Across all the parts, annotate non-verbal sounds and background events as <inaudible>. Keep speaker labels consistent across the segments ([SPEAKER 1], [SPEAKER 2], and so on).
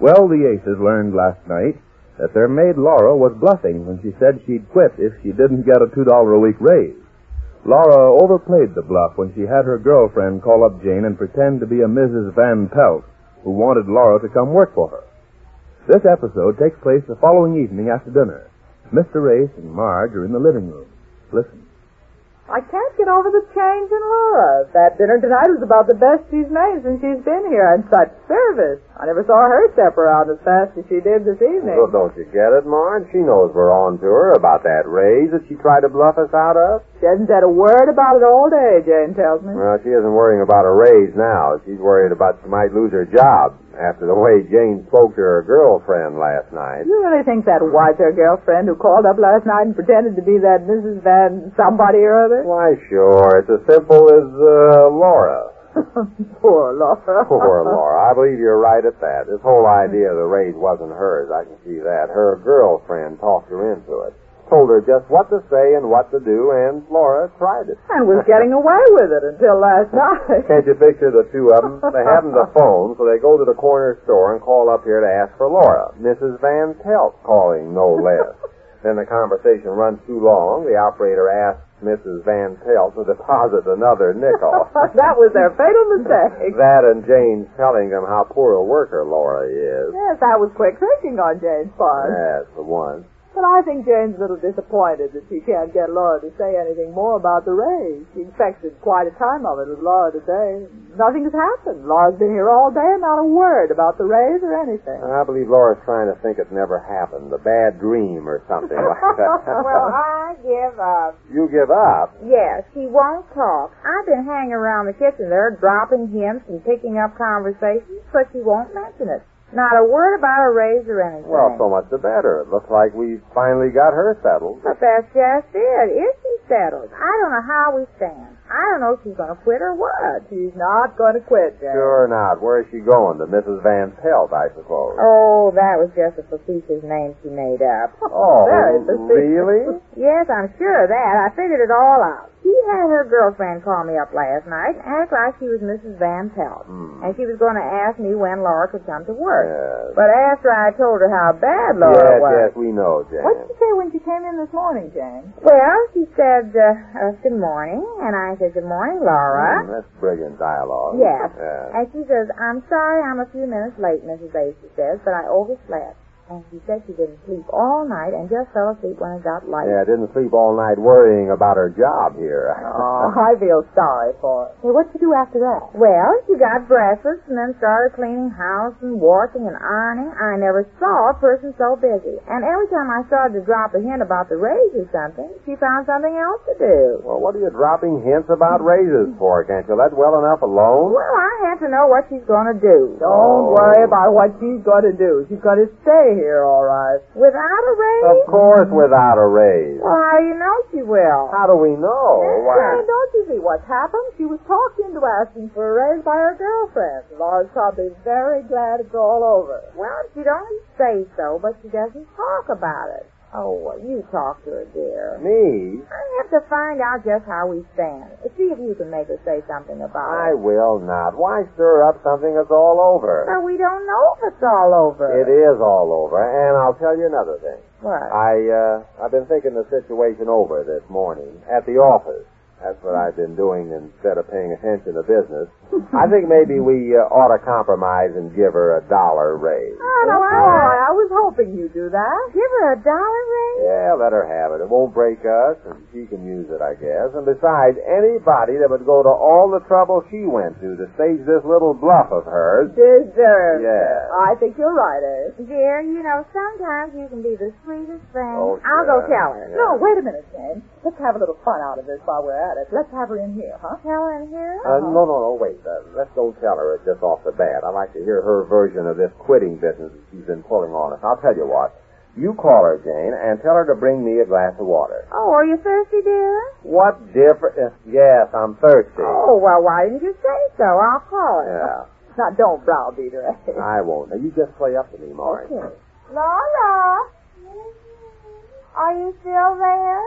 [SPEAKER 1] Well, the aces learned last night that their maid Laura was bluffing when she said she'd quit if she didn't get a $2 a week raise. Laura overplayed the bluff when she had her girlfriend call up Jane and pretend to be a Mrs. Van Pelt who wanted Laura to come work for her. This episode takes place the following evening after dinner. Mr. Race and Marge are in the living room. Listen.
[SPEAKER 2] I can't get over the change in Laura. That dinner tonight was about the best she's made since she's been here, and such service. I never saw her step around as fast as she did this evening.
[SPEAKER 3] Well, don't you get it, Marge? She knows we're on to her about that raise that she tried to bluff us out of.
[SPEAKER 2] She hasn't said a word about it all day, Jane tells me.
[SPEAKER 3] Well, she isn't worrying about a raise now. She's worried about she might lose her job after the way Jane spoke to her girlfriend last night.
[SPEAKER 2] You really think that was her girlfriend who called up last night and pretended to be that Mrs. Van somebody or other? <laughs>
[SPEAKER 3] Why, sure. It's as simple as uh, Laura.
[SPEAKER 2] Poor Laura. <laughs>
[SPEAKER 3] Poor Laura. I believe you're right at that. This whole idea of the raise wasn't hers. I can see that. Her girlfriend talked her into it. Told her just what to say and what to do, and Laura tried it.
[SPEAKER 2] And was getting away with it until last night.
[SPEAKER 3] Can't you picture the two of them? They haven't
[SPEAKER 4] <laughs>
[SPEAKER 3] a phone, so they go to the corner store and call up here to ask for Laura. Mrs. Van Pelt calling, no less. then the conversation runs too long. The operator asks Mrs. Van Pelt to deposit another
[SPEAKER 4] <laughs>
[SPEAKER 3] nickel.
[SPEAKER 2] <laughs> that was their fatal mistake.
[SPEAKER 3] that and Jane's telling them how poor a worker Laura is.
[SPEAKER 2] Yes, that was quick thinking on Jane's part.
[SPEAKER 3] That's the one.
[SPEAKER 2] But I think Jane's a little disappointed that she can't get Laura to say anything more about the raise. She expected quite a time of it with Laura today. Nothing has happened. Laura's been here all day and not a word about the raise or anything.
[SPEAKER 3] I believe Laura's trying to think it never happened. A bad dream or something
[SPEAKER 4] <laughs>
[SPEAKER 3] like that. <laughs>
[SPEAKER 4] well, I give up.
[SPEAKER 3] you give up?
[SPEAKER 4] Yes, he won't talk. I've been hanging around the kitchen there, dropping hints and picking up conversations, but he won't mention it. Not a word about a raise or anything.
[SPEAKER 3] Well, so much the better. It looks like we finally got her settled.
[SPEAKER 4] But that's just it. Is she settled? I don't know how we stand. I don't know if she's going to quit or what.
[SPEAKER 2] She's not going to quit, Jane.
[SPEAKER 3] Sure not. Where is she going? To Mrs. Van Pelt, I suppose.
[SPEAKER 4] Oh, that was just a facetious name she made up.
[SPEAKER 3] Oh,
[SPEAKER 2] Very
[SPEAKER 4] <laughs>
[SPEAKER 3] really?
[SPEAKER 4] Yes, I'm sure of that. I figured it all out. She had her girlfriend call me up last night and act like she was Mrs. Van Pelt.
[SPEAKER 3] Hmm.
[SPEAKER 4] And she was going to ask me when Laura could come to work.
[SPEAKER 3] Yes.
[SPEAKER 4] But after I told her how bad Laura
[SPEAKER 3] Yes,
[SPEAKER 4] was,
[SPEAKER 3] yes, we know, Jane.
[SPEAKER 2] What did you say when she came in this morning, Jane?
[SPEAKER 4] well, she said, uh, uh, good morning. And I said, good morning, Laura.
[SPEAKER 3] Hmm, that's brilliant dialogue.
[SPEAKER 4] Yes.
[SPEAKER 3] Yes.
[SPEAKER 4] And she says, I'm sorry I'm a few minutes late, Mrs. A, she says, but I overslept. And she said she didn't sleep all night and just fell asleep when it got light.
[SPEAKER 3] Yeah, didn't sleep all night worrying about her job here.
[SPEAKER 2] Oh, <laughs> I feel sorry for her. Hey, what'd she do after that?
[SPEAKER 4] Well, she got breakfast and then started cleaning house and washing and ironing. I never saw a person so busy. And every time I started to drop a hint about the raise or something, she found something else to do.
[SPEAKER 3] <laughs> Well, what are you dropping hints about raises for? Can't you let well enough alone?
[SPEAKER 4] Well, I have to know what she's going to do.
[SPEAKER 2] Don't worry about what she's going to do. She's going to stay here, all right.
[SPEAKER 4] Without a
[SPEAKER 3] Of
[SPEAKER 4] raise?
[SPEAKER 3] course, without a raise.
[SPEAKER 4] Well, how do you know she will?
[SPEAKER 3] How do we know?
[SPEAKER 2] Jane, don't you see what's happened? She was talked into asking for a raise by her girlfriend. Laura's probably very glad it's all over.
[SPEAKER 4] Well, she don't say so, but she doesn't talk about it. Oh, well, you talk to her, dear.
[SPEAKER 3] Me?
[SPEAKER 4] I have to find out just how we stand. See if you can make her say something about
[SPEAKER 3] I
[SPEAKER 4] it.
[SPEAKER 3] will not. Why stir up something that's all over?
[SPEAKER 4] But we don't know if it's all over.
[SPEAKER 3] It is all over, and I'll tell you another thing.
[SPEAKER 4] What?
[SPEAKER 3] I uh, I've been thinking the situation over this morning at the office. That's what I've been doing instead of paying attention to business. I think maybe we uh, ought to compromise and give her a dollar raise.
[SPEAKER 4] Oh, I don't
[SPEAKER 2] Why,
[SPEAKER 4] know.
[SPEAKER 2] I was hoping you'd do that.
[SPEAKER 4] Give her a dollar raise?
[SPEAKER 3] Yeah, let her have it. It won't break us, and she can use it, I guess. And besides, anybody that would go to all the trouble she went to to stage this little bluff of hers.
[SPEAKER 2] Deserved.
[SPEAKER 3] Yeah.
[SPEAKER 2] I think you're right, eh?
[SPEAKER 4] Dear, you know, sometimes you can be the sweetest thing.
[SPEAKER 3] Oh,
[SPEAKER 4] I'll
[SPEAKER 3] sure.
[SPEAKER 4] go tell her.
[SPEAKER 3] Yeah.
[SPEAKER 2] No, wait a minute, Jane. Let's have a little fun out of this while we're at it. Let's have her in here, huh?
[SPEAKER 4] Tell her in here?
[SPEAKER 3] Uh, no, no, no, wait. Uh, let's don't tell her it just off the bat. I'd like to hear her version of this quitting business that she's been pulling on us. I'll tell you what. You call her, Jane, and tell her to bring me a glass of water.
[SPEAKER 4] Oh, are you thirsty, dear?
[SPEAKER 3] What difference? Yes, I'm thirsty.
[SPEAKER 4] Oh, well, why didn't you say so? I'll call her.
[SPEAKER 3] Yeah,
[SPEAKER 2] Now, don't browbeat her, eh?
[SPEAKER 3] I won't. Now, you just play up to me, Marge.
[SPEAKER 2] Okay.
[SPEAKER 4] Lola? Are you still there?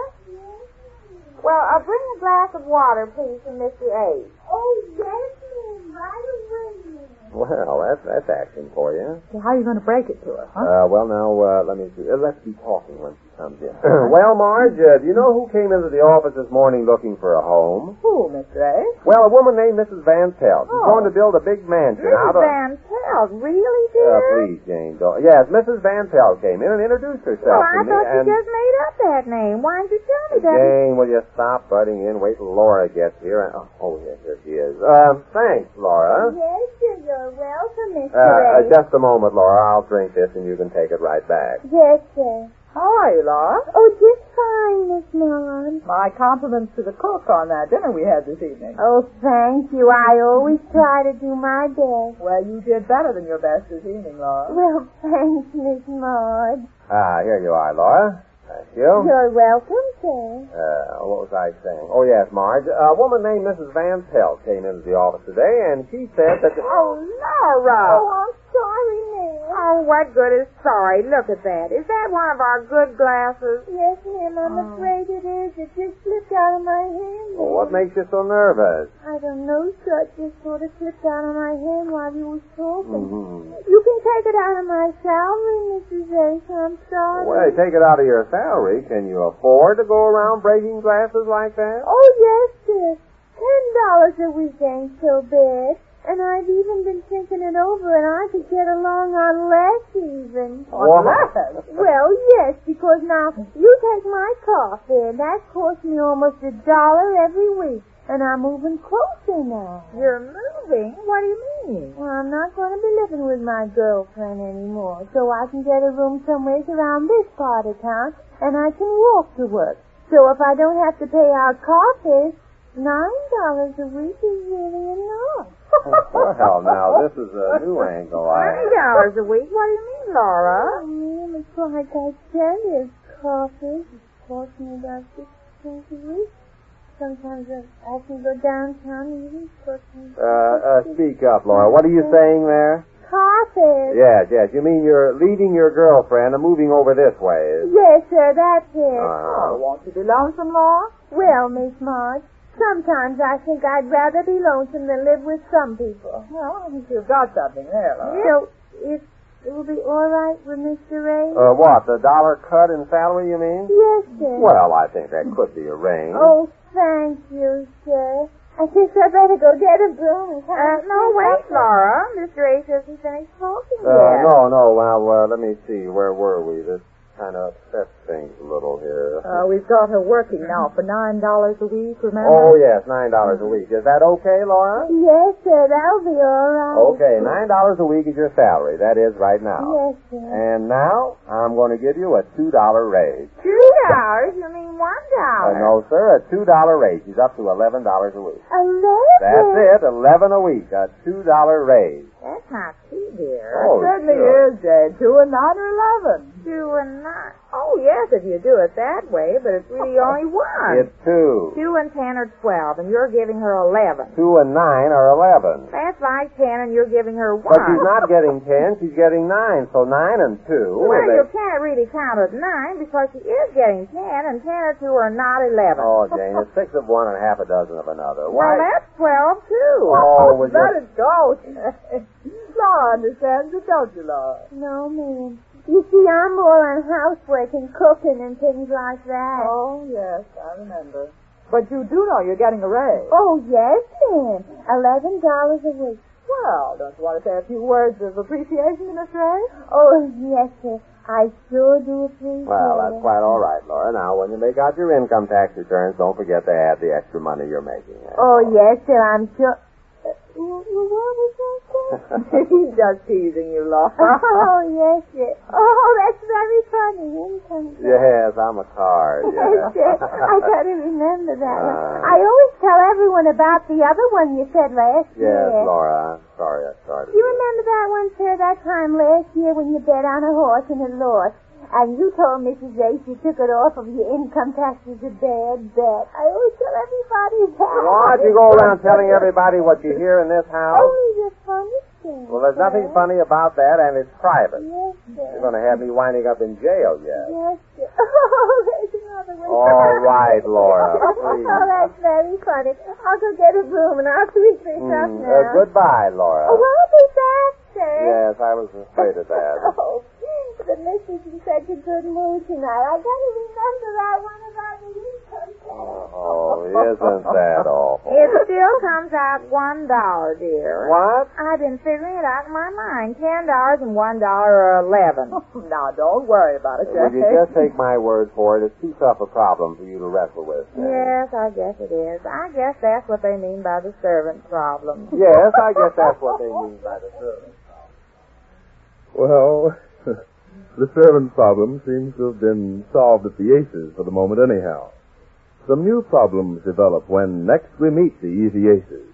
[SPEAKER 4] Well, uh, bring a glass of water, please, to Mr. A.
[SPEAKER 5] Oh, yes, ma'am. Right away, ma'am.
[SPEAKER 3] Well, that's that's action for you.
[SPEAKER 2] Well, how are you going to break it to her, huh?
[SPEAKER 3] Uh, well, now uh, let me see. Uh, let's be talking when she comes in. <clears throat> well, Marge, uh, do you know who came into the office this morning looking for a home?
[SPEAKER 2] Who, Miss Ray?
[SPEAKER 3] Well, a woman named Mrs. Van Pelt. She's
[SPEAKER 2] Oh.
[SPEAKER 3] going to build a big mansion
[SPEAKER 5] Mrs.
[SPEAKER 3] out of.
[SPEAKER 5] Van Pelt, really,
[SPEAKER 3] Uh,
[SPEAKER 5] dear?
[SPEAKER 3] please, Jane. Don't. Yes, Mrs. Van Pelt came in and introduced herself
[SPEAKER 5] well,
[SPEAKER 3] to
[SPEAKER 5] I
[SPEAKER 3] me.
[SPEAKER 5] thought you
[SPEAKER 3] and
[SPEAKER 5] just made up that name. Why didn't you tell me that?
[SPEAKER 3] Jane, will you stop butting in? Wait till Laura gets here. Oh, oh yes, here she is. Um, thanks, Laura.
[SPEAKER 5] Yes, sir, you're welcome, Mr.
[SPEAKER 3] Uh, uh, just a moment, Laura. I'll drink this and you can take it right back.
[SPEAKER 5] Yes, sir.
[SPEAKER 2] How are you, Laura?
[SPEAKER 5] Oh, just fine, Miss Maud.
[SPEAKER 2] My compliments to the cook on that dinner we had this evening.
[SPEAKER 5] Oh, thank you. I always try to do my best.
[SPEAKER 2] Well, you did better than your best this evening, Laura.
[SPEAKER 5] Well, thanks, Miss Maud.
[SPEAKER 3] Ah, here you are, Laura. Thank you.
[SPEAKER 5] You're welcome, sir.
[SPEAKER 3] Uh, what was I saying? Oh, yes, Marge. A woman named Mrs. Van Pelt came into the office today, and she said that...
[SPEAKER 5] Oh, Laura! Oh, I'm sorry, ma'am. Oh, what good is sorry? Look at that. Is that one of our good glasses? Yes, ma'am. I'm afraid it is. It just slipped out of my hand.
[SPEAKER 3] Well, what makes you so nervous?
[SPEAKER 5] I don't know, sir. It just sort of slipped out of my hand while you was talking.
[SPEAKER 3] Mm-hmm.
[SPEAKER 5] You can take it out of my salary, Mrs. Ace. I'm sorry.
[SPEAKER 3] Well, they take it out of your salary. Can you afford to go around breaking glasses like that?
[SPEAKER 5] Oh, yes, sir. Ten dollars a week ain't so bad. And I've even been thinking it over, and I could get along on less even.
[SPEAKER 3] Wow.
[SPEAKER 2] On <laughs> that.
[SPEAKER 5] Well, yes, because now you take my coffee, and that costs me almost a dollar every week. And I'm moving closer now.
[SPEAKER 2] You're moving? What do you mean?
[SPEAKER 5] Well, I'm not going to be living with my girlfriend anymore, so I can get a room somewhere around this part of town, and I can walk to work. So if I don't have to pay out car fares, nine dollars a week is really enough.
[SPEAKER 3] <laughs> well, now, this is a new angle. I...
[SPEAKER 5] dollars a week? What do you mean, Laura? Oh, ma'am, it's like I tell you, car fares cost me about six cents a week. Sometimes I, I can go downtown and even cost me
[SPEAKER 3] Uh, uh, speak up, Laura. What are you saying there?
[SPEAKER 5] car fares.
[SPEAKER 3] Yes, yes. You mean you're leaving your girlfriend and moving over this way?
[SPEAKER 5] Yes, sir, that's it.
[SPEAKER 3] Uh,
[SPEAKER 2] Oh, won't you be lonesome, Laura?
[SPEAKER 5] Well, Miss Marge, sometimes I think I'd rather be lonesome than live with some people.
[SPEAKER 2] Well, I think you've got something there, Laura.
[SPEAKER 5] So, if it will be all right with Mr. Ray?
[SPEAKER 3] uh, what, the dollar cut in salary, you mean?
[SPEAKER 5] yes, sir.
[SPEAKER 3] Well, I think that could be arranged.
[SPEAKER 5] Oh, thank you, sir. I guess I'd better go get a broom. Uh, no, wait, Laura. Mr. Ray hasn't finished talking
[SPEAKER 3] Uh, no, no. Now, uh, let me see. Where were we? This kind of upsets things a little here.
[SPEAKER 2] Uh, we've got her working now for nine dollars a week,
[SPEAKER 5] Uh-huh.
[SPEAKER 2] remember?
[SPEAKER 3] oh, yes, $9 a week. Is that okay, Laura?
[SPEAKER 5] Yes, sir, that'll be all right.
[SPEAKER 3] Okay, $9 a week is your salary. That is right now.
[SPEAKER 5] Oh. Yes, sir.
[SPEAKER 3] And now, I'm going to give you a $2 raise.
[SPEAKER 5] Two dollars? You mean one
[SPEAKER 3] Uh,
[SPEAKER 5] dollar?
[SPEAKER 3] no, sir, a $2 raise. He's up to $11 a week.
[SPEAKER 5] Eleven?
[SPEAKER 3] That's it, 11 a week, a $2 raise.
[SPEAKER 5] That's not too dear.
[SPEAKER 3] Oh,
[SPEAKER 2] Certainly
[SPEAKER 3] sure.
[SPEAKER 2] is, Jane. Two and nine are eleven.
[SPEAKER 5] two and nine. Oh, yes, if you do it that way, but it's <laughs> really only one.
[SPEAKER 3] It's two.
[SPEAKER 5] Two and ten are twelve, and you're giving her eleven.
[SPEAKER 3] Two and nine are 11.
[SPEAKER 5] That's like ten, and you're giving her one.
[SPEAKER 3] But she's not getting 10, she's getting 9. So 9 and 2.
[SPEAKER 5] Well,
[SPEAKER 3] they-
[SPEAKER 5] you can't really count at nine because she is getting ten, and ten or two are not eleven.
[SPEAKER 3] Oh, Jane, it's six of one and half a dozen of another.
[SPEAKER 5] well,
[SPEAKER 3] Why?
[SPEAKER 5] that's twelve too.
[SPEAKER 3] Oh, was
[SPEAKER 2] Let
[SPEAKER 3] your,
[SPEAKER 2] it go, <laughs> Jane. Laura understands it, don't you, Laura?
[SPEAKER 5] No, ma'am. You see, I'm more on housework and cooking and things like that.
[SPEAKER 2] Oh, yes, I remember. But you do know you're getting a raise.
[SPEAKER 5] oh yes, ma'am. Eleven dollars a week.
[SPEAKER 2] Well, don't you want to say a few words of appreciation to Miss Ray?
[SPEAKER 5] Oh yes, sir. I sure do appreciate
[SPEAKER 3] well, that's
[SPEAKER 5] it.
[SPEAKER 3] quite all right, Laura. Now, when you make out your income tax returns, don't forget to add the extra money you're making. eh?
[SPEAKER 5] Oh, yes, sir, I'm sure. Uh, wh- wh- what was that, sir?
[SPEAKER 2] <laughs>
[SPEAKER 3] <laughs>
[SPEAKER 2] He's just teasing you, <laughs> Laura.
[SPEAKER 5] oh, yes, sir. Oh, that's very funny. Income tax.
[SPEAKER 3] <laughs> yes, I'm a card.
[SPEAKER 5] <laughs> Yes, sir.
[SPEAKER 3] Yes.
[SPEAKER 5] I gotta remember that one.
[SPEAKER 3] Ah.
[SPEAKER 5] I always tell everyone about the other one you said last
[SPEAKER 3] <laughs> yes,
[SPEAKER 5] year.
[SPEAKER 3] Laura. I'm sorry I started.
[SPEAKER 5] You remember that one, sir, that time last year when you bet on a horse and it lost? And you told Mrs. Ace you took it off of your income tax was a bad bet. I always tell everybody that.
[SPEAKER 3] Why don't you go around telling everybody what you hear in this
[SPEAKER 5] Oh,
[SPEAKER 3] house?
[SPEAKER 5] you're funny, sir.
[SPEAKER 3] Well, there's nothing
[SPEAKER 5] sir.
[SPEAKER 3] funny about that, and it's private.
[SPEAKER 5] Yes, sir.
[SPEAKER 3] You're going to have me winding up in jail yet.
[SPEAKER 5] Yes, sir. <laughs> Oh, that's not the way.
[SPEAKER 3] All right, Laura.
[SPEAKER 5] <laughs> oh,
[SPEAKER 3] Please.
[SPEAKER 5] that's very funny. I'll go get a broom and I'll sweep this up
[SPEAKER 3] Mm,
[SPEAKER 5] now.
[SPEAKER 3] uh, goodbye, Laura.
[SPEAKER 5] Oh, I'll be back, sir.
[SPEAKER 3] Yes, I was afraid of that.
[SPEAKER 5] <laughs> Oh, the missus in such a good mood tonight. I gotta remember that one about the income tax.
[SPEAKER 3] Oh, isn't that awful?
[SPEAKER 4] It still comes out one dollar, dear.
[SPEAKER 3] What?
[SPEAKER 4] I've been figuring it out in my mind. Ten dollars and one dollar or eleven.
[SPEAKER 3] <laughs>
[SPEAKER 2] <laughs> now, don't worry about it,
[SPEAKER 3] Would
[SPEAKER 2] Jack.
[SPEAKER 3] you just take my word for it? It's too tough a problem for you to wrestle with. Jane.
[SPEAKER 4] Yes, I guess it is. I guess that's what they mean by the servant problem.
[SPEAKER 3] Yes, I guess that's what they mean by the service.
[SPEAKER 1] Well, <laughs> the servant problem seems to have been solved at the aces for the moment, anyhow. Some new problems develop when next we meet the easy aces.